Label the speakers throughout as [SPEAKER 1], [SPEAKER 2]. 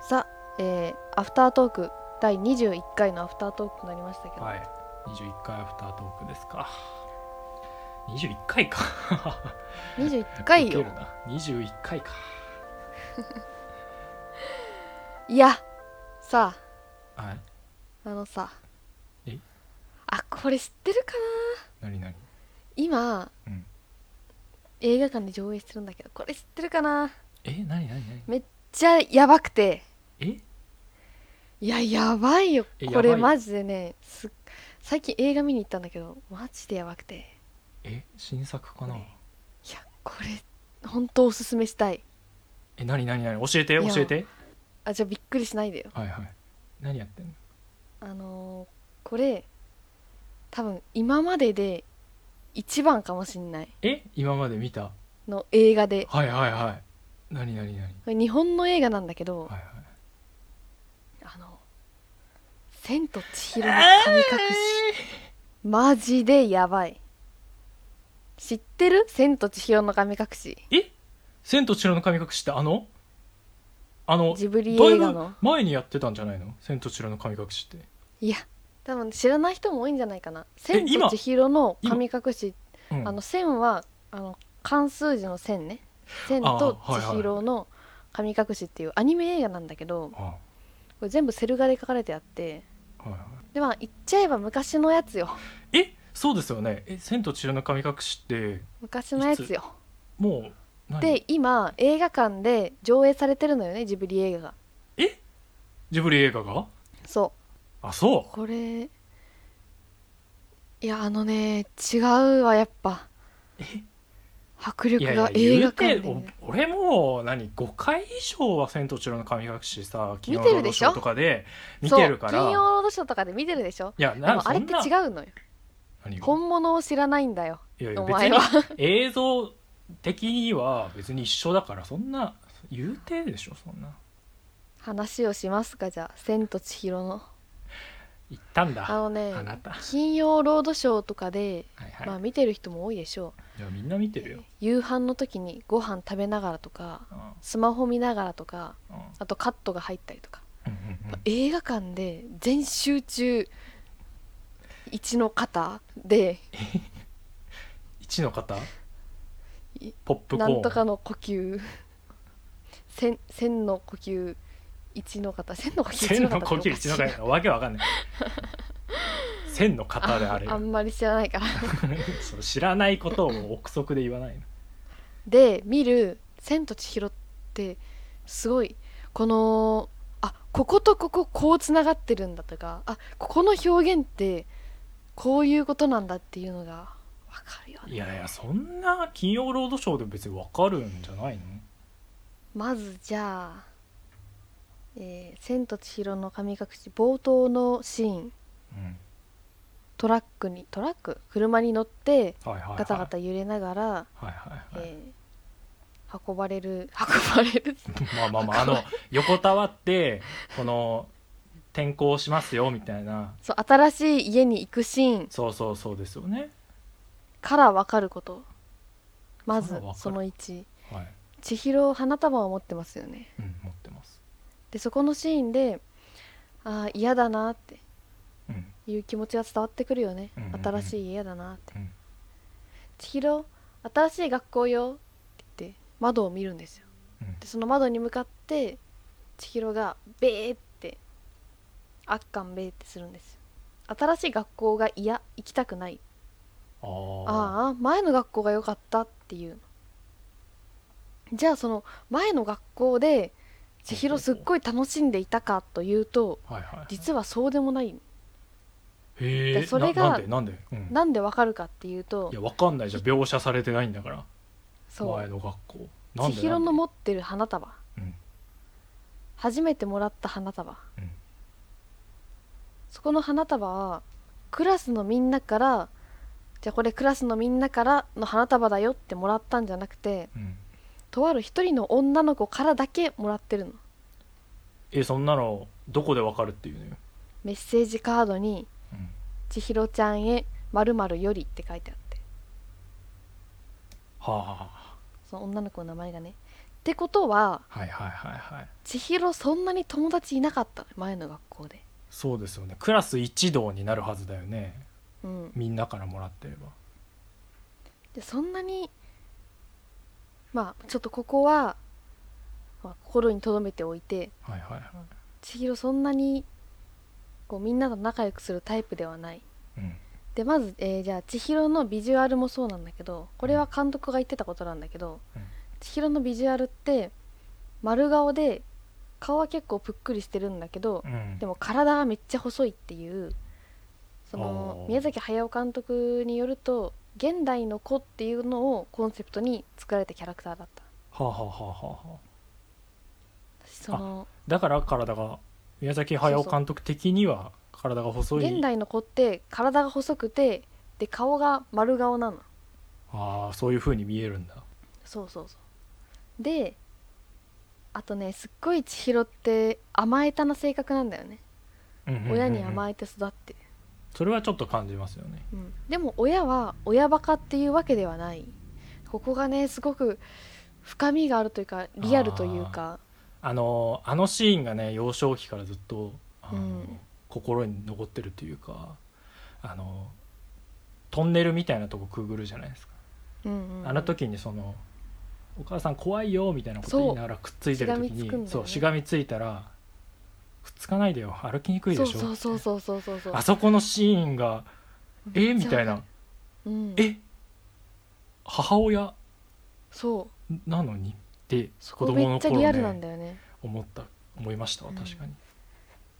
[SPEAKER 1] さあ、えーアフタートーク第21回のアフタートークとなりましたけど、
[SPEAKER 2] はい21回アフタートークですか21回か
[SPEAKER 1] 21回よ
[SPEAKER 2] ウケるな21回か
[SPEAKER 1] いやさ
[SPEAKER 2] はい
[SPEAKER 1] ああのさ
[SPEAKER 2] え
[SPEAKER 1] あこれ知ってるかな
[SPEAKER 2] 何何
[SPEAKER 1] 今
[SPEAKER 2] うん
[SPEAKER 1] 映画館で上映してるんだけどこれ知ってるかな
[SPEAKER 2] え何何何
[SPEAKER 1] めっちゃやばくて
[SPEAKER 2] え
[SPEAKER 1] いややばいよ
[SPEAKER 2] え
[SPEAKER 1] これ
[SPEAKER 2] やばい
[SPEAKER 1] マジでねすっ最近映画見に行ったんだけどマジでやばくてい
[SPEAKER 2] え新作かな
[SPEAKER 1] これやこれ本当おすすめしたい
[SPEAKER 2] え何何何教えて
[SPEAKER 1] いや
[SPEAKER 2] 教えて
[SPEAKER 1] あじゃあびっくりしないでよ
[SPEAKER 2] はいはい何やってんの
[SPEAKER 1] あのーこれ多分今までで一番かもしんない
[SPEAKER 2] え今まで見た
[SPEAKER 1] の映画で
[SPEAKER 2] はいはいはい何何何はい
[SPEAKER 1] これ日本の映画なんだけど、
[SPEAKER 2] はい
[SPEAKER 1] あの「千と千尋の神隠し」マジでやばい知ってる千と千尋の神隠し
[SPEAKER 2] え千と千尋の神隠しってあのあの
[SPEAKER 1] ジブリ
[SPEAKER 2] だい
[SPEAKER 1] 映
[SPEAKER 2] ぶ
[SPEAKER 1] 画の
[SPEAKER 2] 前にやってたんじゃないの千と千尋の神隠しって
[SPEAKER 1] いや多分知らない人も多いんじゃないかな千と
[SPEAKER 2] 今
[SPEAKER 1] 千尋の神隠し
[SPEAKER 2] うん
[SPEAKER 1] あの千はあの漢数字の千ね千
[SPEAKER 2] あ
[SPEAKER 1] と
[SPEAKER 2] はいは
[SPEAKER 1] 千
[SPEAKER 2] い
[SPEAKER 1] 尋の神隠しっていうアニメ映画なんだけど
[SPEAKER 2] あ
[SPEAKER 1] これ全部セル画で書かれてあって
[SPEAKER 2] はいはい
[SPEAKER 1] でまあ言っちゃえば昔のやつよ
[SPEAKER 2] えそうですよねえ千と千尋の神隠しって
[SPEAKER 1] 昔のやつよ
[SPEAKER 2] もう何
[SPEAKER 1] で今映画館で上映されてるのよねジブリ映画が
[SPEAKER 2] えジブリ映画が
[SPEAKER 1] そ
[SPEAKER 2] あ
[SPEAKER 1] う
[SPEAKER 2] そ
[SPEAKER 1] これいやあのね違うわやっぱ迫
[SPEAKER 2] うい
[SPEAKER 1] 力
[SPEAKER 2] やい
[SPEAKER 1] が
[SPEAKER 2] や
[SPEAKER 1] 映画
[SPEAKER 2] 言う
[SPEAKER 1] 館
[SPEAKER 2] て
[SPEAKER 1] で、ね、
[SPEAKER 2] お俺も何5回以上は「千と千尋の神隠し」さ「昨日
[SPEAKER 1] 見てる
[SPEAKER 2] のロ
[SPEAKER 1] で
[SPEAKER 2] ー
[SPEAKER 1] し
[SPEAKER 2] シ
[SPEAKER 1] ょ
[SPEAKER 2] ョー」とかで見てるか
[SPEAKER 1] そう
[SPEAKER 2] ら
[SPEAKER 1] 金
[SPEAKER 2] い
[SPEAKER 1] 曜ロードショーとかで見てるでしょ
[SPEAKER 2] や
[SPEAKER 1] で
[SPEAKER 2] なん
[SPEAKER 1] もあれって違
[SPEAKER 2] う
[SPEAKER 1] うのよ本物を知らないんだよ
[SPEAKER 2] いやいや
[SPEAKER 1] お
[SPEAKER 2] 別
[SPEAKER 1] 前
[SPEAKER 2] に
[SPEAKER 1] は
[SPEAKER 2] 映像的には別に一緒だからそんな言うてでしょそんな
[SPEAKER 1] 話をしますかじゃあ「千と千尋の」
[SPEAKER 2] 言ったんだ
[SPEAKER 1] あのね
[SPEAKER 2] あなたは
[SPEAKER 1] 金曜ロードショーとかで、
[SPEAKER 2] いはい、
[SPEAKER 1] まあ見てる人も多いでしょ
[SPEAKER 2] いやみんな見て
[SPEAKER 1] う
[SPEAKER 2] るよ、
[SPEAKER 1] 夕飯の時にご飯食べながらとか
[SPEAKER 2] うん
[SPEAKER 1] スマホ見ながらとか
[SPEAKER 2] うん
[SPEAKER 1] あとカットが入ったりとか、
[SPEAKER 2] うんうんうん
[SPEAKER 1] 映画館で全集中一の肩で
[SPEAKER 2] 一の方
[SPEAKER 1] い
[SPEAKER 2] ポップコ
[SPEAKER 1] な
[SPEAKER 2] ーン
[SPEAKER 1] んとかの呼吸千千の呼吸一の肩千の呼吸一
[SPEAKER 2] 千の呼
[SPEAKER 1] 肩ってお
[SPEAKER 2] 吸
[SPEAKER 1] かし
[SPEAKER 2] 一
[SPEAKER 1] い
[SPEAKER 2] の方わけ わかんない千の方であれ
[SPEAKER 1] ああんまり知らないから
[SPEAKER 2] そう知らないことを憶測で言わないの
[SPEAKER 1] で見る「千と千尋」ってすごいこのあこことこここうつながってるんだとかあここの表現ってこういうことなんだっていうのがわかるよね
[SPEAKER 2] いやいやそんな「金曜ロードショー」で別にわかるんじゃないの
[SPEAKER 1] まずじゃあ「えー千と千尋の神隠し」冒頭のシーン
[SPEAKER 2] うん
[SPEAKER 1] トラックにトラック車に乗って
[SPEAKER 2] はいはいはい
[SPEAKER 1] ガタガタ揺れながら、
[SPEAKER 2] はいはいはい、
[SPEAKER 1] えー運ばれる運ばれる
[SPEAKER 2] まあまあまああの横たわってこの転校しますよみたいな
[SPEAKER 1] そう新しい家に行くシーン
[SPEAKER 2] そうそうそうですよね
[SPEAKER 1] から分かることま
[SPEAKER 2] か
[SPEAKER 1] ず
[SPEAKER 2] らわかる
[SPEAKER 1] その1
[SPEAKER 2] はい、
[SPEAKER 1] 千尋花束を持ってますよね
[SPEAKER 2] うん、持ってます
[SPEAKER 1] でそこのシーンでああ嫌だなって
[SPEAKER 2] うん
[SPEAKER 1] いう気持ちが伝わってくるよね、
[SPEAKER 2] うんうんうん
[SPEAKER 1] 新しい家だなって、
[SPEAKER 2] うん
[SPEAKER 1] 千尋新しい学校よって言って窓を見るんですよ
[SPEAKER 2] うん
[SPEAKER 1] でその窓に向かって千尋がベーってあっかんべーってするんですよ新しい学校が嫌行きたくない
[SPEAKER 2] ああ
[SPEAKER 1] ああ前の学校が良かったっていうじゃあその前の学校で千尋すっごい楽しんでいたかというと
[SPEAKER 2] はいはい
[SPEAKER 1] 実はそうでもない
[SPEAKER 2] へえ
[SPEAKER 1] でそれが
[SPEAKER 2] ななんでなんで、うん、
[SPEAKER 1] なんでわかるかっていうと
[SPEAKER 2] いやわかんないじゃん描写されてないんだから
[SPEAKER 1] そ
[SPEAKER 2] 前
[SPEAKER 1] う
[SPEAKER 2] の学校なん
[SPEAKER 1] 千
[SPEAKER 2] で
[SPEAKER 1] 尋
[SPEAKER 2] な
[SPEAKER 1] の
[SPEAKER 2] んで
[SPEAKER 1] 持ってる花束
[SPEAKER 2] うん
[SPEAKER 1] 初めてもらった花束
[SPEAKER 2] うん
[SPEAKER 1] そこの花束はクラスのみんなからじゃあこれクラスのみんなからの花束だよってもらったんじゃなくて
[SPEAKER 2] うん
[SPEAKER 1] とある一人の女の子からだけもらってるの
[SPEAKER 2] えそんなのどこでわかるっていうのよ、
[SPEAKER 1] メッセージカードに
[SPEAKER 2] うん
[SPEAKER 1] 「千尋ちゃんへまるより」って書いてあって
[SPEAKER 2] はあ
[SPEAKER 1] その女の子の名前がねってことは
[SPEAKER 2] はいはいはいはい
[SPEAKER 1] 千尋そんなに友達いなかったね前の学校で
[SPEAKER 2] そうですよねクラス一同になるはずだよね
[SPEAKER 1] うん
[SPEAKER 2] みんなからもらってれば
[SPEAKER 1] でそんなにまあちょっとここは、まあ、心に留めておいて
[SPEAKER 2] はいはいはい
[SPEAKER 1] 千尋そんなにこうみんなと仲良くするタイプではない
[SPEAKER 2] うん
[SPEAKER 1] でまず、えーじゃあ千尋のビジュアルもそうなんだけどこれは監督が言ってたことなんだけど、
[SPEAKER 2] うん
[SPEAKER 1] 千尋のビジュアルって丸顔で顔は結構ぷっくりしてるんだけど、
[SPEAKER 2] うん
[SPEAKER 1] でも体がめっちゃ細いっていうその
[SPEAKER 2] あー
[SPEAKER 1] 宮崎駿監督によると現代の子っていうのをコンセプトに作られたキャラクターだった
[SPEAKER 2] はあはあはあはあはあ
[SPEAKER 1] その
[SPEAKER 2] だから体が宮崎駿監督的には体が細い
[SPEAKER 1] 現代の子って体が細くてで顔が丸顔なの
[SPEAKER 2] ああそういう風に見えるんだ
[SPEAKER 1] そうそうそうであとねすっごい千尋って甘えたな性格なんだよね親に甘
[SPEAKER 2] い
[SPEAKER 1] えて育って、
[SPEAKER 2] それはちょっと感じますよね
[SPEAKER 1] うん、でも親は親バカっていうわけではないここがねすごく深みがあるというかリアルというか
[SPEAKER 2] あのあのシーンがね幼少期からずっとあの、
[SPEAKER 1] うん
[SPEAKER 2] 心に残ってるというかあのトンネルみたいなとこくぐるじゃないですか、
[SPEAKER 1] うんうんうん
[SPEAKER 2] あの時にその「お母さん怖いよ」みたいなこと言いながらくっついてる
[SPEAKER 1] しが
[SPEAKER 2] 時
[SPEAKER 1] みつ
[SPEAKER 2] に
[SPEAKER 1] くんだよね
[SPEAKER 2] そうしがみついたら「くっつかないでよ歩きにくいでしょ」
[SPEAKER 1] そうそうそうそうそうそう
[SPEAKER 2] あそこのシーンが「えみたいな
[SPEAKER 1] うん
[SPEAKER 2] 「え母親
[SPEAKER 1] そう
[SPEAKER 2] なのに?」って
[SPEAKER 1] そ
[SPEAKER 2] 子
[SPEAKER 1] こ
[SPEAKER 2] 供
[SPEAKER 1] めっ
[SPEAKER 2] の
[SPEAKER 1] ちゃリ
[SPEAKER 2] 頃
[SPEAKER 1] アルなん
[SPEAKER 2] ね
[SPEAKER 1] だよね
[SPEAKER 2] 思った思いました
[SPEAKER 1] う
[SPEAKER 2] 確
[SPEAKER 1] ん
[SPEAKER 2] かに、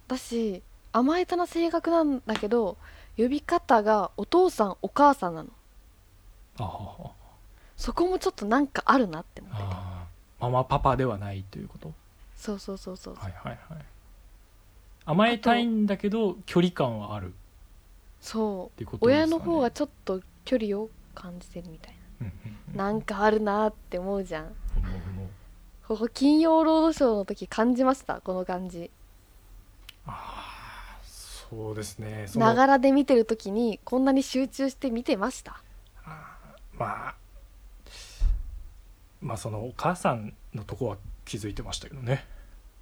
[SPEAKER 1] だし甘えたな性格なんだけど呼び方がお父さんお母さんなの
[SPEAKER 2] ああ
[SPEAKER 1] そこもちょっとなんかあるなって思ってて
[SPEAKER 2] あーママパパではないということ
[SPEAKER 1] そうそうそうそう、
[SPEAKER 2] はいはいはい甘えたいんだけど距離感はあるっ
[SPEAKER 1] そう
[SPEAKER 2] ていうことですか、
[SPEAKER 1] 親
[SPEAKER 2] ね、
[SPEAKER 1] の方がちょっと距離を感じてるみたい
[SPEAKER 2] うんうん
[SPEAKER 1] ななんかあるなって思うじゃん
[SPEAKER 2] うん思う思う
[SPEAKER 1] ここ金曜ロードショーの時感じましたこの感じ
[SPEAKER 2] あーそうですねその
[SPEAKER 1] ながらで見てる時にこんなに集中して見てました
[SPEAKER 2] あーまあまあそのお母さんのとこは気づいてましたけどね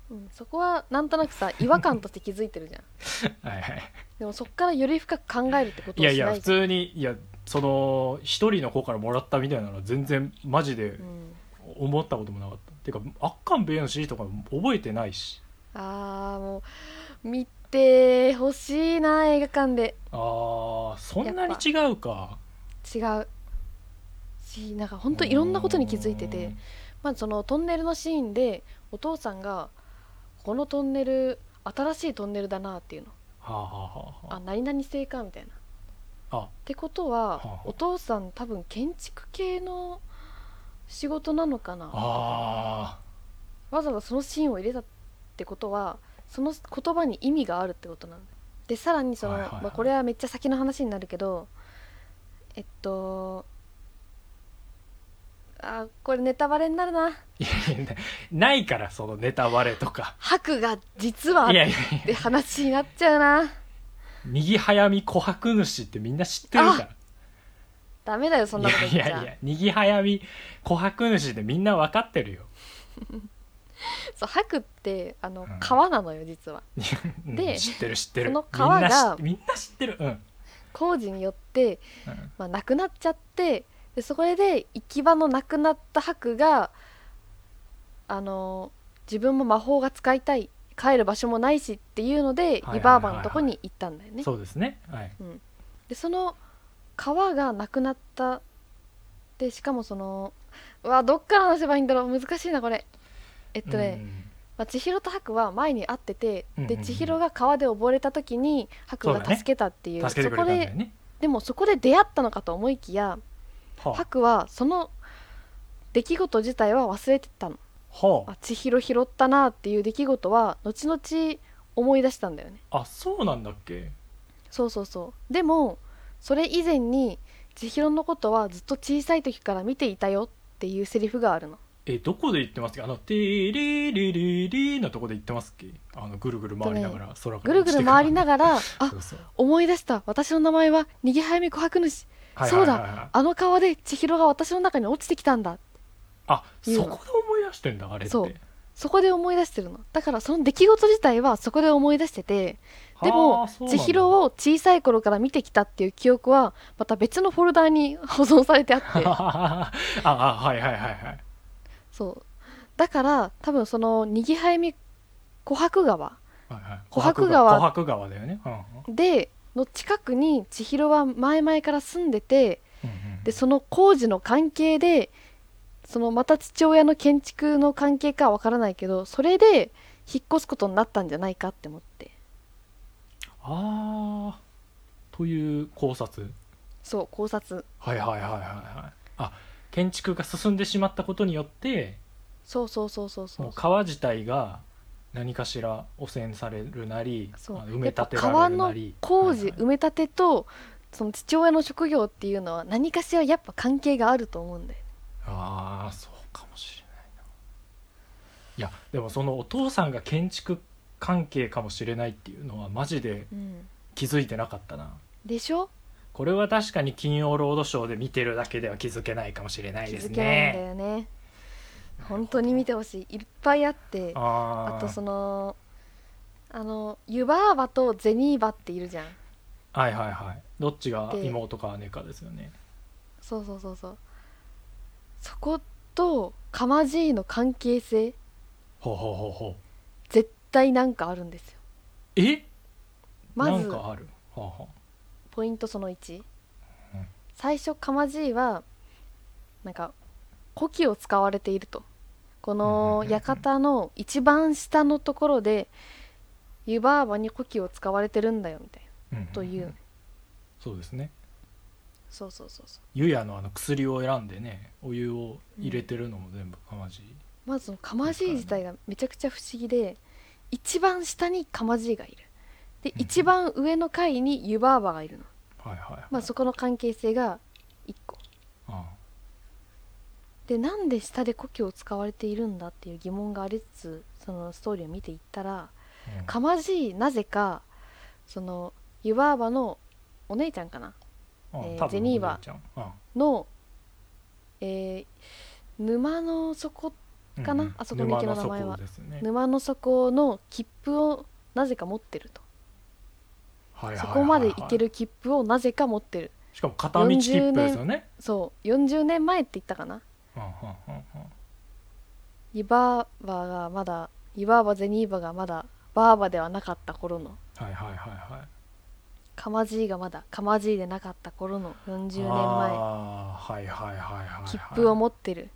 [SPEAKER 1] うん、そこはなんとなく さ違和感として気づいてるじゃん
[SPEAKER 2] はいはい
[SPEAKER 1] でもそっからより深く考えるってこと
[SPEAKER 2] い
[SPEAKER 1] をしな
[SPEAKER 2] や
[SPEAKER 1] い
[SPEAKER 2] い
[SPEAKER 1] じゃん
[SPEAKER 2] や普通にいやその一人の子からもらったみたいなのは全然マジで
[SPEAKER 1] うん、
[SPEAKER 2] 思ったこともなかった、ていうかあっかんべえのしとかも覚えてないし
[SPEAKER 1] あーもう見てほしいな映画館で
[SPEAKER 2] あーそんなに違うか
[SPEAKER 1] 違うしなんか本当いろんなことに気づいて
[SPEAKER 2] う
[SPEAKER 1] て
[SPEAKER 2] ん
[SPEAKER 1] まずそのトンネルのシーンでお父さんが「このトンネル新しいトンネルだな」っていうの
[SPEAKER 2] はあは
[SPEAKER 1] 「
[SPEAKER 2] あ
[SPEAKER 1] あ
[SPEAKER 2] は
[SPEAKER 1] 何々製か」みたいな。っ
[SPEAKER 2] ああ
[SPEAKER 1] てこと
[SPEAKER 2] はあは
[SPEAKER 1] は
[SPEAKER 2] あ
[SPEAKER 1] お父さん多分建築系の仕事なのかな
[SPEAKER 2] あ
[SPEAKER 1] わざわざそのシーンを入れたってことはその言葉に意味があるってことなんだでさらにその、
[SPEAKER 2] はいはいはい
[SPEAKER 1] まあ、これはめっちゃ先の話になるけどえっとあーこれネタバレになるな
[SPEAKER 2] ーいやいやないからそのネタバレとか
[SPEAKER 1] 白が実はいっ
[SPEAKER 2] やいやいや
[SPEAKER 1] て話になっちゃうな
[SPEAKER 2] 右早見琥珀主ってみんな知ってるから
[SPEAKER 1] ダメだよそんなこと言っち
[SPEAKER 2] いや
[SPEAKER 1] ゃ
[SPEAKER 2] いやいや右早見琥珀主ってみんな分かってるよ
[SPEAKER 1] そう白ってあの、
[SPEAKER 2] うん
[SPEAKER 1] 皮なのよ実は
[SPEAKER 2] うん
[SPEAKER 1] で
[SPEAKER 2] 知ってる知ってる
[SPEAKER 1] その皮が
[SPEAKER 2] みんな知みんな知ってるうん、うん
[SPEAKER 1] 工事によって、まあ、なくなっちゃってでそれで行き場のなくなった白があの自分も魔法が使いたい帰る場所もないしっていうので
[SPEAKER 2] はいはいはいはい
[SPEAKER 1] リバーバのとこに行ったんだよね。
[SPEAKER 2] そうですねはい
[SPEAKER 1] でその川がなくなったでしかもそのうわどっから話せばいいんだろう難しいなこれ。えっとね、
[SPEAKER 2] うん
[SPEAKER 1] まあ、千尋と白は前に会ってて、
[SPEAKER 2] うんうんう
[SPEAKER 1] で
[SPEAKER 2] ん
[SPEAKER 1] 千尋が川で溺れた時に白が助けたっていう
[SPEAKER 2] 助けてく
[SPEAKER 1] そ
[SPEAKER 2] れ
[SPEAKER 1] こ
[SPEAKER 2] たんだ
[SPEAKER 1] で
[SPEAKER 2] よね
[SPEAKER 1] でもそこで出会ったのかと思いきや
[SPEAKER 2] は
[SPEAKER 1] 白はその出来事自体は忘れてたの
[SPEAKER 2] あ、は
[SPEAKER 1] あ千尋拾ったなっていう出来事は後々思い出したんだよね
[SPEAKER 2] あ、あそうなんだっけ
[SPEAKER 1] そうそうそうでもそれ以前に千尋のことはずっと小さい時から見ていたよっていうセリフがあるの
[SPEAKER 2] えどこで言ってますっけあの「テレレレレ」のとこで言ってますっけあのぐるぐる回りながら空か
[SPEAKER 1] ぐ
[SPEAKER 2] ら
[SPEAKER 1] る
[SPEAKER 2] 落
[SPEAKER 1] ぐ
[SPEAKER 2] ちてく
[SPEAKER 1] る回りな
[SPEAKER 2] が
[SPEAKER 1] がらあ
[SPEAKER 2] そうそう
[SPEAKER 1] 思い出した私の名前は逃げ早め琥珀主
[SPEAKER 2] はい
[SPEAKER 1] そうだ
[SPEAKER 2] はいはいはい
[SPEAKER 1] あの川で千尋が私の中に落ちてきたんだ
[SPEAKER 2] あ
[SPEAKER 1] 言う
[SPEAKER 2] そ
[SPEAKER 1] の
[SPEAKER 2] こで思い出してんだあれって
[SPEAKER 1] そうそこで思い出してるのだからその出来事自体はそこで思い出しててでも千尋を
[SPEAKER 2] を
[SPEAKER 1] 小さい頃から見てきたっていう記憶はまた別のフォルダーに 保存されてあって
[SPEAKER 2] ああはいはいはいはい
[SPEAKER 1] そうだから多分そのにぎはやみ琥珀川
[SPEAKER 2] はいはい
[SPEAKER 1] 琥珀川
[SPEAKER 2] 琥珀川だよね、うんうん
[SPEAKER 1] での近くに千尋は前々から住んでて
[SPEAKER 2] うんうん
[SPEAKER 1] でその工事の関係でそのまた父親の建築の関係かわからないけどそれで引っ越すことになったんじゃないかって思って
[SPEAKER 2] ああという考察
[SPEAKER 1] そう考察
[SPEAKER 2] はいはいはいはいはいあ建築が進んでしまったことによって
[SPEAKER 1] そうそうそうそうそ
[SPEAKER 2] もう
[SPEAKER 1] う
[SPEAKER 2] 川自体が何かしら汚染されるなり
[SPEAKER 1] そう
[SPEAKER 2] あの埋め立て
[SPEAKER 1] やっぱ
[SPEAKER 2] ら
[SPEAKER 1] 川
[SPEAKER 2] れる
[SPEAKER 1] の
[SPEAKER 2] なり
[SPEAKER 1] 工事、
[SPEAKER 2] はいはい
[SPEAKER 1] 埋め立てとその父親の職業っていうのは何かしらやっぱ関係があると思うんだよね
[SPEAKER 2] ああそうかもしれないないやでもそのお父さんが建築関係かもしれないっていうのはマジで
[SPEAKER 1] うん、
[SPEAKER 2] 気づいてなかったな
[SPEAKER 1] でしょ
[SPEAKER 2] これは確かに金曜ロードショーで見てるだけでは気づけないかもしれない
[SPEAKER 1] 気
[SPEAKER 2] です
[SPEAKER 1] づけないんだ
[SPEAKER 2] ね
[SPEAKER 1] よね本当に見てほしいいっぱいあってあ
[SPEAKER 2] あー
[SPEAKER 1] とそのあの湯婆婆とゼニーバっているじゃん
[SPEAKER 2] はいはいはいどっちが
[SPEAKER 1] で
[SPEAKER 2] 妹か姉かですよね
[SPEAKER 1] そうそうそうそうそことカマジーの関係性
[SPEAKER 2] ほうほうほうほう
[SPEAKER 1] 絶対なんかあるんですよ
[SPEAKER 2] え
[SPEAKER 1] まず
[SPEAKER 2] なんかあるほうほ
[SPEAKER 1] ポイントその1、
[SPEAKER 2] うん
[SPEAKER 1] 最初かまじいはなんか古希を使われているとこ
[SPEAKER 2] うんうんう
[SPEAKER 1] の
[SPEAKER 2] んうん
[SPEAKER 1] 館の一番下のところで湯婆婆に古希を使われてるんだよみたいな
[SPEAKER 2] う、うんうん
[SPEAKER 1] という、
[SPEAKER 2] そうですね
[SPEAKER 1] そうそうそうそう
[SPEAKER 2] ゆやのあの薬を選んでねお湯を入れてるのも全部かまじい、
[SPEAKER 1] まずそのかまじい自体がめちゃくちゃ不思議で一番下にかまじいがいるで
[SPEAKER 2] うん
[SPEAKER 1] 一番上の階に湯婆婆がいるの、
[SPEAKER 2] はいはいはい、
[SPEAKER 1] まあ、そこの関係性が1個
[SPEAKER 2] あ
[SPEAKER 1] でなんで下で故郷を使われているんだっていう疑問がありつつそのストーリーを見ていったら
[SPEAKER 2] あ、うん
[SPEAKER 1] かまじいなぜかその湯婆婆のお姉ちゃんかな
[SPEAKER 2] うん
[SPEAKER 1] えー
[SPEAKER 2] 多分
[SPEAKER 1] ジェニーバ
[SPEAKER 2] お姉ちゃんうん
[SPEAKER 1] の、えー沼の底
[SPEAKER 2] うん
[SPEAKER 1] かなあそこの池の名前は
[SPEAKER 2] 沼底ですね
[SPEAKER 1] 沼の底の切符をなぜか持ってると
[SPEAKER 2] はいはい
[SPEAKER 1] そ
[SPEAKER 2] はいはい
[SPEAKER 1] こまで行ける切符をなぜか持ってる
[SPEAKER 2] しかも片道切符ですよね
[SPEAKER 1] そう40年前って言ったかな
[SPEAKER 2] うんうんうんうん
[SPEAKER 1] 湯婆婆がまだ湯婆婆ゼニーバがまだバーバではなかった頃の
[SPEAKER 2] はいはいはいはい
[SPEAKER 1] かまじいがまだかまじいでなかった頃の40年前
[SPEAKER 2] あーはいはいはいはい、はい、
[SPEAKER 1] 切符を持ってる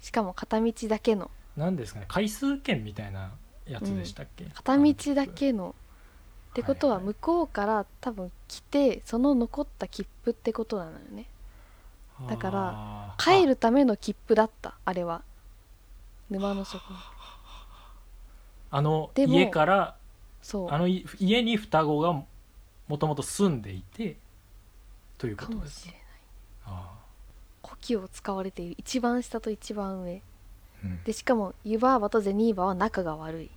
[SPEAKER 1] しかも片道だけの
[SPEAKER 2] なんですかね回数券みたいなやつでしたっけ、
[SPEAKER 1] 片道だけのってことは
[SPEAKER 2] はいはい
[SPEAKER 1] 向こうから多分来てその残った切符ってことなのよねだから
[SPEAKER 2] あー
[SPEAKER 1] 帰るための切符だったあれは沼の底
[SPEAKER 2] ああの
[SPEAKER 1] でも
[SPEAKER 2] 家から
[SPEAKER 1] そう
[SPEAKER 2] あのい家に双子がももともと住んでいてというこ
[SPEAKER 1] か
[SPEAKER 2] と
[SPEAKER 1] も
[SPEAKER 2] で
[SPEAKER 1] し
[SPEAKER 2] す
[SPEAKER 1] れない
[SPEAKER 2] あ
[SPEAKER 1] 呼吸を使われている一番下と一番上
[SPEAKER 2] ー、うん
[SPEAKER 1] でしかも湯婆婆とゼニーバは仲が悪い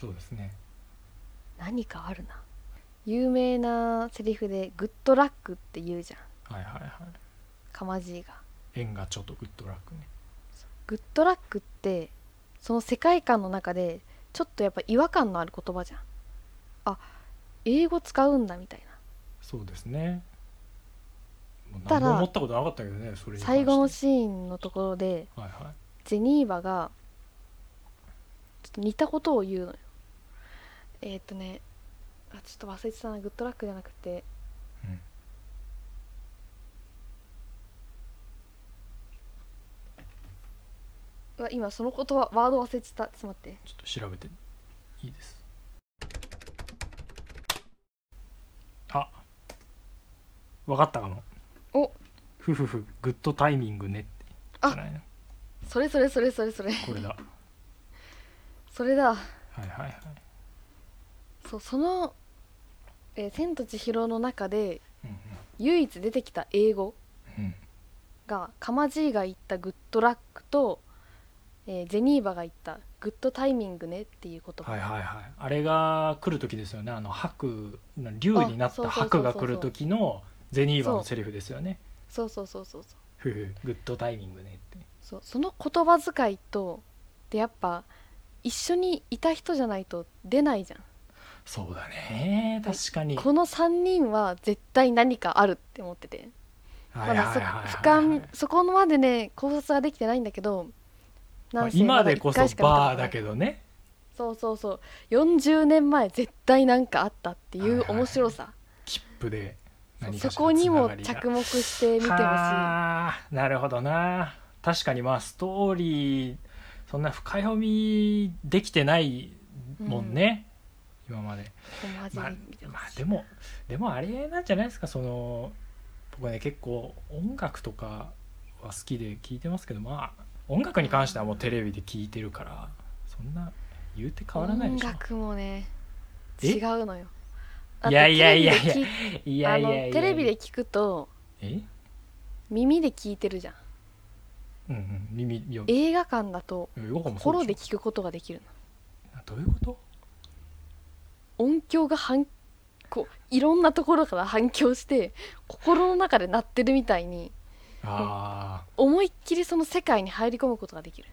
[SPEAKER 2] そうですね
[SPEAKER 1] 何かあるな有名なセリフで「グッドラック」って言うじゃん
[SPEAKER 2] はいはいはい
[SPEAKER 1] かまじいが
[SPEAKER 2] 縁がちょっとグッドラックね
[SPEAKER 1] グッドラックってその世界観の中でちょっとやっぱ違和感のある言葉じゃんあ英語使うんだみたい
[SPEAKER 2] そうですねもう
[SPEAKER 1] た
[SPEAKER 2] 何
[SPEAKER 1] ら
[SPEAKER 2] も思ったことなかったけどねそれ
[SPEAKER 1] な
[SPEAKER 2] に
[SPEAKER 1] 最後の
[SPEAKER 2] 関し
[SPEAKER 1] シーンのところで
[SPEAKER 2] てはいはい
[SPEAKER 1] ジェニーバがちょっと似たことを言うのよえー、っとねあちょっと忘れてたなグッドラックじゃなくて
[SPEAKER 2] うん
[SPEAKER 1] うわ今その言葉ワード忘れてたちょっと待って
[SPEAKER 2] ちょっと調べていいですあわかったかも
[SPEAKER 1] お
[SPEAKER 2] ふふふグッドタイミングねって
[SPEAKER 1] あ
[SPEAKER 2] じゃないな
[SPEAKER 1] それそれそれそれそれ
[SPEAKER 2] これだは
[SPEAKER 1] それだ
[SPEAKER 2] いはいはい、
[SPEAKER 1] そうその、えー千と千尋」の中で
[SPEAKER 2] うん
[SPEAKER 1] 唯一出てきた英語
[SPEAKER 2] うんうん、
[SPEAKER 1] がかまじいが言った「グッドラックと」えーゼニーバが言った「グッドタイミングね」っていう言葉、
[SPEAKER 2] はいはいはいあれが来る時ですよねあの白竜になっ
[SPEAKER 1] あそうそうそうそ
[SPEAKER 2] た
[SPEAKER 1] う
[SPEAKER 2] 白が来る時のゼニーバのセリフですよね
[SPEAKER 1] そうそうそうそうそう
[SPEAKER 2] ふふグッドタイミングねって
[SPEAKER 1] そうその言葉遣いとでやっぱ一緒にいた人じゃないと出ないじゃん
[SPEAKER 2] そうだね確かに、
[SPEAKER 1] この3人は絶対何かあるって思ってて
[SPEAKER 2] は
[SPEAKER 1] ま
[SPEAKER 2] い
[SPEAKER 1] だ
[SPEAKER 2] はい
[SPEAKER 1] そ
[SPEAKER 2] はいはい
[SPEAKER 1] 俯瞰そこまでね考察はできてないんだけど
[SPEAKER 2] まあ
[SPEAKER 1] なんせ
[SPEAKER 2] 今
[SPEAKER 1] まだ
[SPEAKER 2] で
[SPEAKER 1] 一
[SPEAKER 2] こそ
[SPEAKER 1] 回しか見た
[SPEAKER 2] バ
[SPEAKER 1] こ
[SPEAKER 2] ー
[SPEAKER 1] とな
[SPEAKER 2] だ
[SPEAKER 1] い
[SPEAKER 2] けどね
[SPEAKER 1] そうそうそう40年前絶対何かあったって
[SPEAKER 2] はい
[SPEAKER 1] い
[SPEAKER 2] は
[SPEAKER 1] う
[SPEAKER 2] いはい
[SPEAKER 1] 面白さ、
[SPEAKER 2] 切符で何
[SPEAKER 1] そ
[SPEAKER 2] かしら
[SPEAKER 1] こにも
[SPEAKER 2] つながりが
[SPEAKER 1] 着目して見てほしい
[SPEAKER 2] はあなるほどな確かにまあストーリーそんな深読みできてないもんね、今まで
[SPEAKER 1] ここも味
[SPEAKER 2] まあ
[SPEAKER 1] に見て、ほ
[SPEAKER 2] まあ
[SPEAKER 1] しい
[SPEAKER 2] でもでもあれなんじゃないですかその僕ね結構音楽とかは好きで聞いてますけどまあ音楽に関してはもうテレビで聞いてるからそんな言うて変わらないでしょ
[SPEAKER 1] 音楽もね
[SPEAKER 2] え
[SPEAKER 1] 違うのよだって
[SPEAKER 2] いやいやいやいや
[SPEAKER 1] テレビで聞
[SPEAKER 2] い
[SPEAKER 1] い
[SPEAKER 2] やいやいや
[SPEAKER 1] あのテレビで聞くと
[SPEAKER 2] え
[SPEAKER 1] 耳で聞いてるじゃん
[SPEAKER 2] うんうん耳いや
[SPEAKER 1] 映画館だと
[SPEAKER 2] いやヨガもそう
[SPEAKER 1] 心
[SPEAKER 2] で
[SPEAKER 1] で
[SPEAKER 2] し
[SPEAKER 1] 聞くことができる
[SPEAKER 2] ょどういうこと
[SPEAKER 1] の音響が反こういろんなところから反響して心の中で鳴ってるみたいに
[SPEAKER 2] ああ
[SPEAKER 1] 思いっきりその世界に入り込むことができる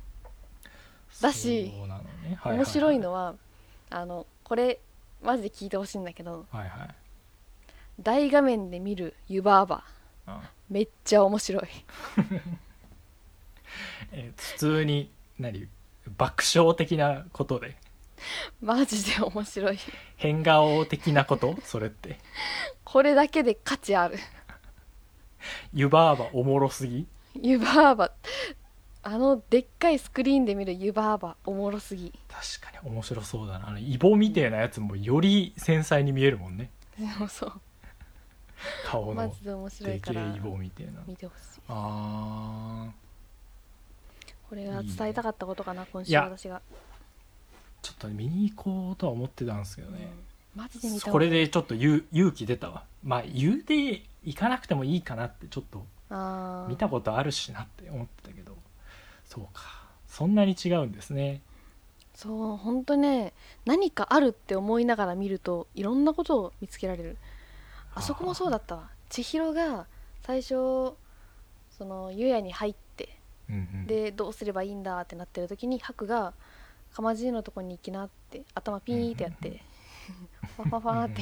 [SPEAKER 1] だし
[SPEAKER 2] そうなのねははは
[SPEAKER 1] 面白いのはあのこれマジで聞いてほしいんだけど
[SPEAKER 2] はいはい
[SPEAKER 1] 大画面で見る湯婆婆
[SPEAKER 2] あ
[SPEAKER 1] めっちゃ面白い
[SPEAKER 2] えー普通に何爆笑的なことで
[SPEAKER 1] マジで面白い
[SPEAKER 2] 変顔的なことそれって
[SPEAKER 1] これだけで価値ある
[SPEAKER 2] 湯婆婆おもろすぎ
[SPEAKER 1] 湯婆婆あのでっかいスクリーンで見る湯婆婆おもろすぎ
[SPEAKER 2] 確かに面白そうだなあのイボみてえなやつもより繊細に見えるもんね
[SPEAKER 1] そうそう
[SPEAKER 2] 顔
[SPEAKER 1] マ
[SPEAKER 2] の
[SPEAKER 1] ジで面白
[SPEAKER 2] で
[SPEAKER 1] い
[SPEAKER 2] け
[SPEAKER 1] か
[SPEAKER 2] え
[SPEAKER 1] ら
[SPEAKER 2] イボみてえな
[SPEAKER 1] 見てほしい
[SPEAKER 2] あー
[SPEAKER 1] これが伝えたかったことかな今
[SPEAKER 2] い
[SPEAKER 1] 週
[SPEAKER 2] や
[SPEAKER 1] 私が、
[SPEAKER 2] ちょっと見に行こうとは思ってたんですけどね、
[SPEAKER 1] マジで見た
[SPEAKER 2] これでちょっと勇勇気出たわまあ言うて行かなくてもいいかなってちょっと
[SPEAKER 1] あー
[SPEAKER 2] 見たことあるしなって思ってたけどそうかそんなに違うんですね
[SPEAKER 1] そう本当ね何かあるって思いながら見るといろんなことを見つけられるあそこもそうだったわ千尋が最初その湯屋に入って
[SPEAKER 2] うんうん
[SPEAKER 1] でどうすればいいんだってなってる時にハクが「かまじいのとこに行きな」って頭ピーってやってファファファーって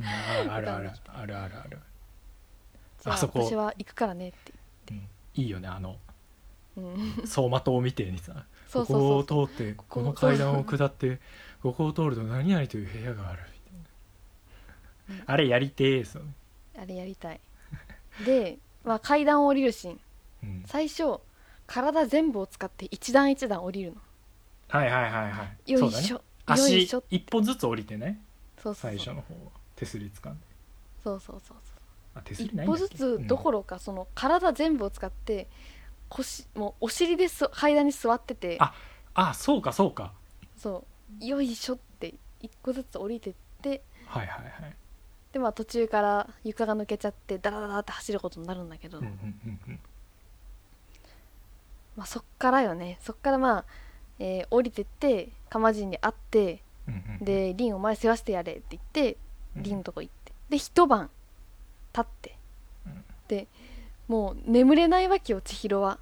[SPEAKER 2] う んうんうんあるあるあるあるある、
[SPEAKER 1] 「じゃあ
[SPEAKER 2] あそこ
[SPEAKER 1] 私は行くからね」って、
[SPEAKER 2] うんいいよねあの
[SPEAKER 1] うん、
[SPEAKER 2] 走馬灯みてえにさ
[SPEAKER 1] そうそうそう
[SPEAKER 2] ここを通って
[SPEAKER 1] ここ
[SPEAKER 2] この階段を下ってここを通ると何々という部屋があるみたいなあれやりてえですよね、
[SPEAKER 1] あれやりたいで、まあ、階段を降りるシーン
[SPEAKER 2] うん、
[SPEAKER 1] 最初体全部を使って一段一段降りるの
[SPEAKER 2] はいはいはいはい
[SPEAKER 1] よい
[SPEAKER 2] そうだね
[SPEAKER 1] しょ、よ
[SPEAKER 2] 足
[SPEAKER 1] いしょ
[SPEAKER 2] 一歩ずつ降りてね
[SPEAKER 1] そうそう
[SPEAKER 2] 最
[SPEAKER 1] そ
[SPEAKER 2] 初
[SPEAKER 1] う
[SPEAKER 2] の方は手すり掴んで
[SPEAKER 1] そうそうそう
[SPEAKER 2] あ手す
[SPEAKER 1] 一
[SPEAKER 2] りないん
[SPEAKER 1] 歩
[SPEAKER 2] だ
[SPEAKER 1] ず
[SPEAKER 2] っけ
[SPEAKER 1] つどころかその体全部を使って腰もうお尻です階段に座ってて
[SPEAKER 2] あうんあそうかそうか
[SPEAKER 1] そうよいしょって一個ずつ降りてって
[SPEAKER 2] はいはいはい
[SPEAKER 1] でまあ途中から床が抜けちゃってダラダラって走ることになるんだけど、
[SPEAKER 2] うんうんうんうん
[SPEAKER 1] まあ、そっからよねそっからまあ、えー降りてってかまじんに会って
[SPEAKER 2] うんうん
[SPEAKER 1] で「凛お前世話してやれ」って言って
[SPEAKER 2] うん
[SPEAKER 1] 凛のとこ行ってで一晩経って、
[SPEAKER 2] うん
[SPEAKER 1] でもう眠れないわけよ千尋は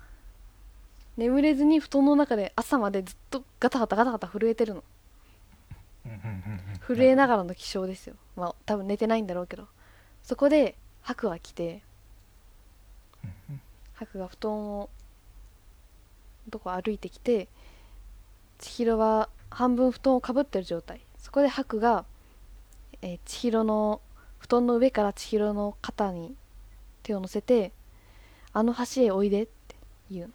[SPEAKER 1] 眠れずに布団の中で朝までずっとガタガタガタガタ震えてるの
[SPEAKER 2] うんうんうんうん
[SPEAKER 1] 震えながらの起床ですよまあ多分寝てないんだろうけどそこで白が来て
[SPEAKER 2] うんうん
[SPEAKER 1] 白が布団をどこ歩いてきて千尋は半分布団をかぶってる状態そこで白が、えー千尋の布団の上から千尋の肩に手を乗せて「あの橋へおいで」って言うの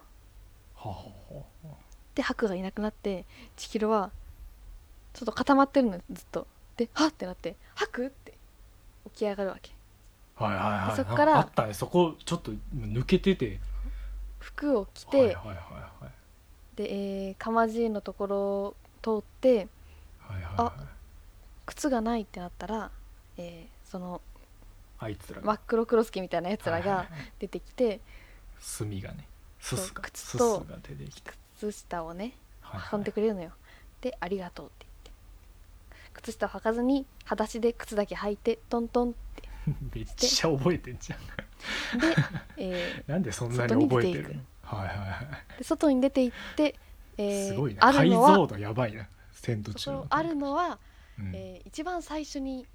[SPEAKER 2] はあはあはあ
[SPEAKER 1] で白がいなくなって千尋はちょっと固まってるのよずっとで「はっ!」ってなって「白!」って起き上がるわけ
[SPEAKER 2] はいはいはい
[SPEAKER 1] でそっから
[SPEAKER 2] なんあったねそこちょっと抜けてて
[SPEAKER 1] 服を着て、
[SPEAKER 2] はいはいはいはい
[SPEAKER 1] で、えー、かまじいのところを通って
[SPEAKER 2] はいはいはい
[SPEAKER 1] あ靴がないってなったら、えーその
[SPEAKER 2] あいつらが
[SPEAKER 1] 真っ黒クロスケみたいなやつら
[SPEAKER 2] はいはい
[SPEAKER 1] が
[SPEAKER 2] はい
[SPEAKER 1] 出てきて
[SPEAKER 2] 墨がねすすが
[SPEAKER 1] そう
[SPEAKER 2] す
[SPEAKER 1] 靴
[SPEAKER 2] す
[SPEAKER 1] と
[SPEAKER 2] が出てきて
[SPEAKER 1] 靴下をね
[SPEAKER 2] はい
[SPEAKER 1] 運んでくれるのよ、で「ありがとう」って言って靴下を履かずに裸足で靴だけ履いてトントンって
[SPEAKER 2] めっちゃ覚えてんじゃん
[SPEAKER 1] え
[SPEAKER 2] なんでそんなに覚
[SPEAKER 1] 外
[SPEAKER 2] えて
[SPEAKER 1] に出てい
[SPEAKER 2] るのはいはいはい
[SPEAKER 1] で外に出て行って、えー
[SPEAKER 2] すごいね
[SPEAKER 1] ある
[SPEAKER 2] 解
[SPEAKER 1] のは
[SPEAKER 2] 像度やばいな千と
[SPEAKER 1] そ
[SPEAKER 2] 千尋
[SPEAKER 1] こあるのは、
[SPEAKER 2] うん
[SPEAKER 1] えー一番最初に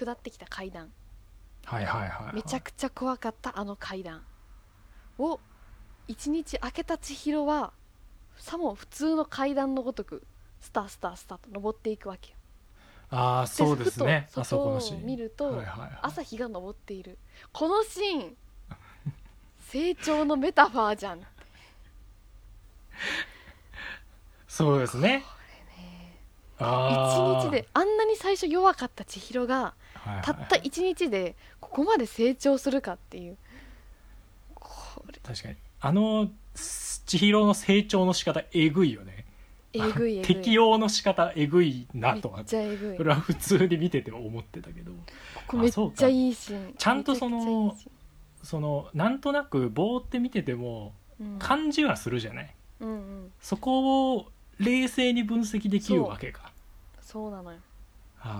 [SPEAKER 1] 下ってきた階段
[SPEAKER 2] はいはいはいはい
[SPEAKER 1] めちゃくちゃ怖かったあの階段を一日明けた千尋はさも普通の階段のごとくスタスタスタと登っていくわけよ
[SPEAKER 2] ああそうですね
[SPEAKER 1] ふと
[SPEAKER 2] あそこのシ
[SPEAKER 1] 外を
[SPEAKER 2] ーン
[SPEAKER 1] 見ると、
[SPEAKER 2] はいはいはい
[SPEAKER 1] 朝日が昇っているこのシーン成長のメタファーじゃん
[SPEAKER 2] そうですねあ
[SPEAKER 1] 一日であんなに最初弱かった千尋がたった
[SPEAKER 2] 一
[SPEAKER 1] 一日でここまで成長するかっていうこれ
[SPEAKER 2] 確かにあの千尋の成長の仕方えぐいよね
[SPEAKER 1] えぐいえぐい
[SPEAKER 2] 適応の仕方えぐいなと
[SPEAKER 1] め
[SPEAKER 2] は
[SPEAKER 1] っちゃえぐい
[SPEAKER 2] それは普通に見てて思ってたけど
[SPEAKER 1] ここめっちゃいいシーン
[SPEAKER 2] ちゃんとその
[SPEAKER 1] めちゃくちゃいいシ
[SPEAKER 2] そのなんとなく棒って見てても
[SPEAKER 1] ーンうん
[SPEAKER 2] 感じはするじゃない
[SPEAKER 1] うんうん
[SPEAKER 2] そこを冷静に分析できるわけか
[SPEAKER 1] そうなのよ
[SPEAKER 2] はあは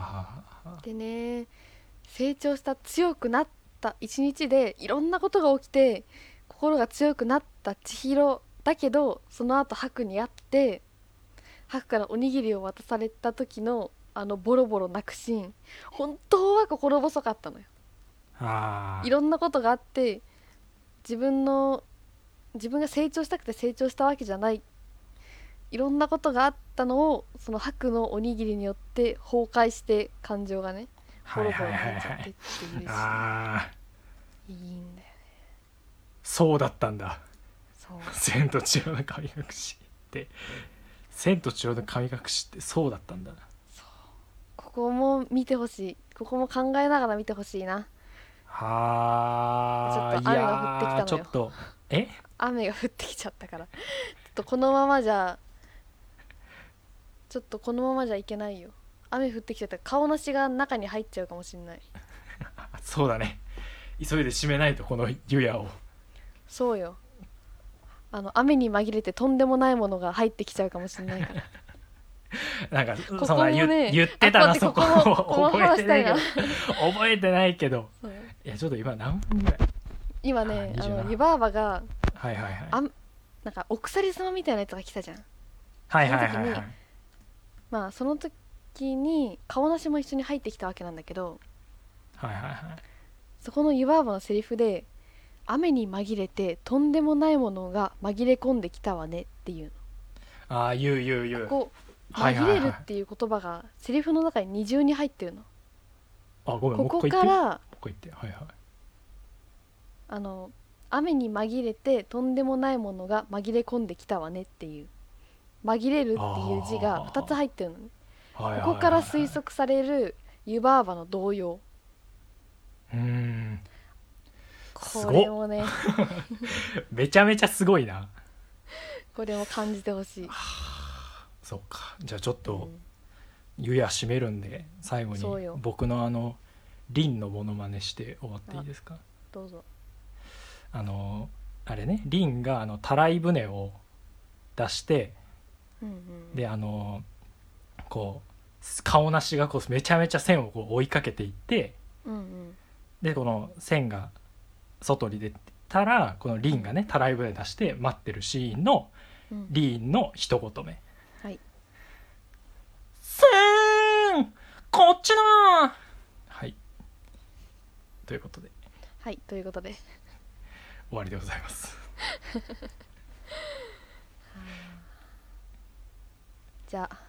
[SPEAKER 2] あはあ
[SPEAKER 1] でね成長した強くなった一日でいろんなことが起きて心が強くなった千尋だけどその後白に会って白からおにぎりを渡された時のあのボロボロ泣くシーン本当は心細かったのよ
[SPEAKER 2] あ
[SPEAKER 1] いろんなことがあって自分の自分が成長したくて成長したわけじゃないいろんなことがあったのをその白のおにぎりによって崩壊して感情がねボ
[SPEAKER 2] は
[SPEAKER 1] ロ
[SPEAKER 2] い
[SPEAKER 1] ボ
[SPEAKER 2] はい
[SPEAKER 1] ロに
[SPEAKER 2] はい
[SPEAKER 1] なっちゃっ
[SPEAKER 2] は
[SPEAKER 1] てっ
[SPEAKER 2] い
[SPEAKER 1] ていうし、
[SPEAKER 2] ああ
[SPEAKER 1] い、いんだよ
[SPEAKER 2] そうだったんだ
[SPEAKER 1] そう
[SPEAKER 2] 「千と千尋の神隠し」って「千と千尋の神隠し」ってそうだったんだな
[SPEAKER 1] ここも見てほしいここも考えながら見てほしいな
[SPEAKER 2] は
[SPEAKER 1] ち
[SPEAKER 2] あ
[SPEAKER 1] ょっと雨が降ってきたのよ
[SPEAKER 2] いやーちょっとえ
[SPEAKER 1] 雨が降ってきちゃったからちょっとこのままじゃちょっとこのままじゃいけないよ雨降ってきちゃったら顔なしが中に入っちゃうかもしんない
[SPEAKER 2] あそうだね急いで締めないとこの湯屋を
[SPEAKER 1] そうよあの雨に紛れてとんでもないものが入ってきちゃうかもしれない から
[SPEAKER 2] なんか
[SPEAKER 1] こ
[SPEAKER 2] そんな言
[SPEAKER 1] もね
[SPEAKER 2] 言ってた
[SPEAKER 1] あ
[SPEAKER 2] な
[SPEAKER 1] 待って
[SPEAKER 2] そこ
[SPEAKER 1] ここもここも
[SPEAKER 2] を 覚えてないけど
[SPEAKER 1] 話
[SPEAKER 2] 覚えてないけど
[SPEAKER 1] そうよ
[SPEAKER 2] いやちょっと今何分ぐらい
[SPEAKER 1] 今ね
[SPEAKER 2] あ
[SPEAKER 1] あ
[SPEAKER 2] 27
[SPEAKER 1] の湯婆婆が
[SPEAKER 2] はいはいはい
[SPEAKER 1] あんなんかお鎖様みたいなやつが来たじゃん
[SPEAKER 2] はいはいはいはい
[SPEAKER 1] まあその時に顔なしも一緒に入ってきたわけなんだけど
[SPEAKER 2] はいはいはい
[SPEAKER 1] そこの湯婆婆のセリフで「雨に紛れてとんでもないものが紛れ込んできたわね」っていう
[SPEAKER 2] ああ言う言う言
[SPEAKER 1] の
[SPEAKER 2] う
[SPEAKER 1] こう「
[SPEAKER 2] はい
[SPEAKER 1] 紛
[SPEAKER 2] はい
[SPEAKER 1] れ
[SPEAKER 2] はい
[SPEAKER 1] る」っていう言葉がセリフの中に二重に入ってるの
[SPEAKER 2] あごめん
[SPEAKER 1] こ
[SPEAKER 2] もう
[SPEAKER 1] こ
[SPEAKER 2] 一回
[SPEAKER 1] か
[SPEAKER 2] 言っても
[SPEAKER 1] ら
[SPEAKER 2] う一回言ってはいはい
[SPEAKER 1] あの雨に紛れてとんでもないものが紛れ込んできたわねっていう紛れるっていう字が2つ入ってるのね
[SPEAKER 2] はいはいはいはい
[SPEAKER 1] ここから推測される湯婆婆の動揺
[SPEAKER 2] うーんすご
[SPEAKER 1] こ
[SPEAKER 2] っ
[SPEAKER 1] れもね
[SPEAKER 2] めちゃめちゃすごいな
[SPEAKER 1] これも感じてほしい、
[SPEAKER 2] そうかじゃあちょっ
[SPEAKER 1] う
[SPEAKER 2] と
[SPEAKER 1] ん
[SPEAKER 2] 湯や締めるんで最後
[SPEAKER 1] そう
[SPEAKER 2] に
[SPEAKER 1] よ
[SPEAKER 2] 僕のあの凛のモノマネして終わっていいですか
[SPEAKER 1] どうぞ
[SPEAKER 2] あのあれね凛があのたらい船を出して
[SPEAKER 1] うんうん
[SPEAKER 2] であのこう顔なしがこうめちゃめちゃ線をこう追いかけていって
[SPEAKER 1] うんうん
[SPEAKER 2] でこの線が外に出たらこのリンがねたらい舟出して待ってるシーンの
[SPEAKER 1] うん
[SPEAKER 2] リンの一言目
[SPEAKER 1] はい
[SPEAKER 2] 「せーんこっちだ!」はいということで
[SPEAKER 1] はいということで
[SPEAKER 2] 終わりでございます
[SPEAKER 1] じゃあ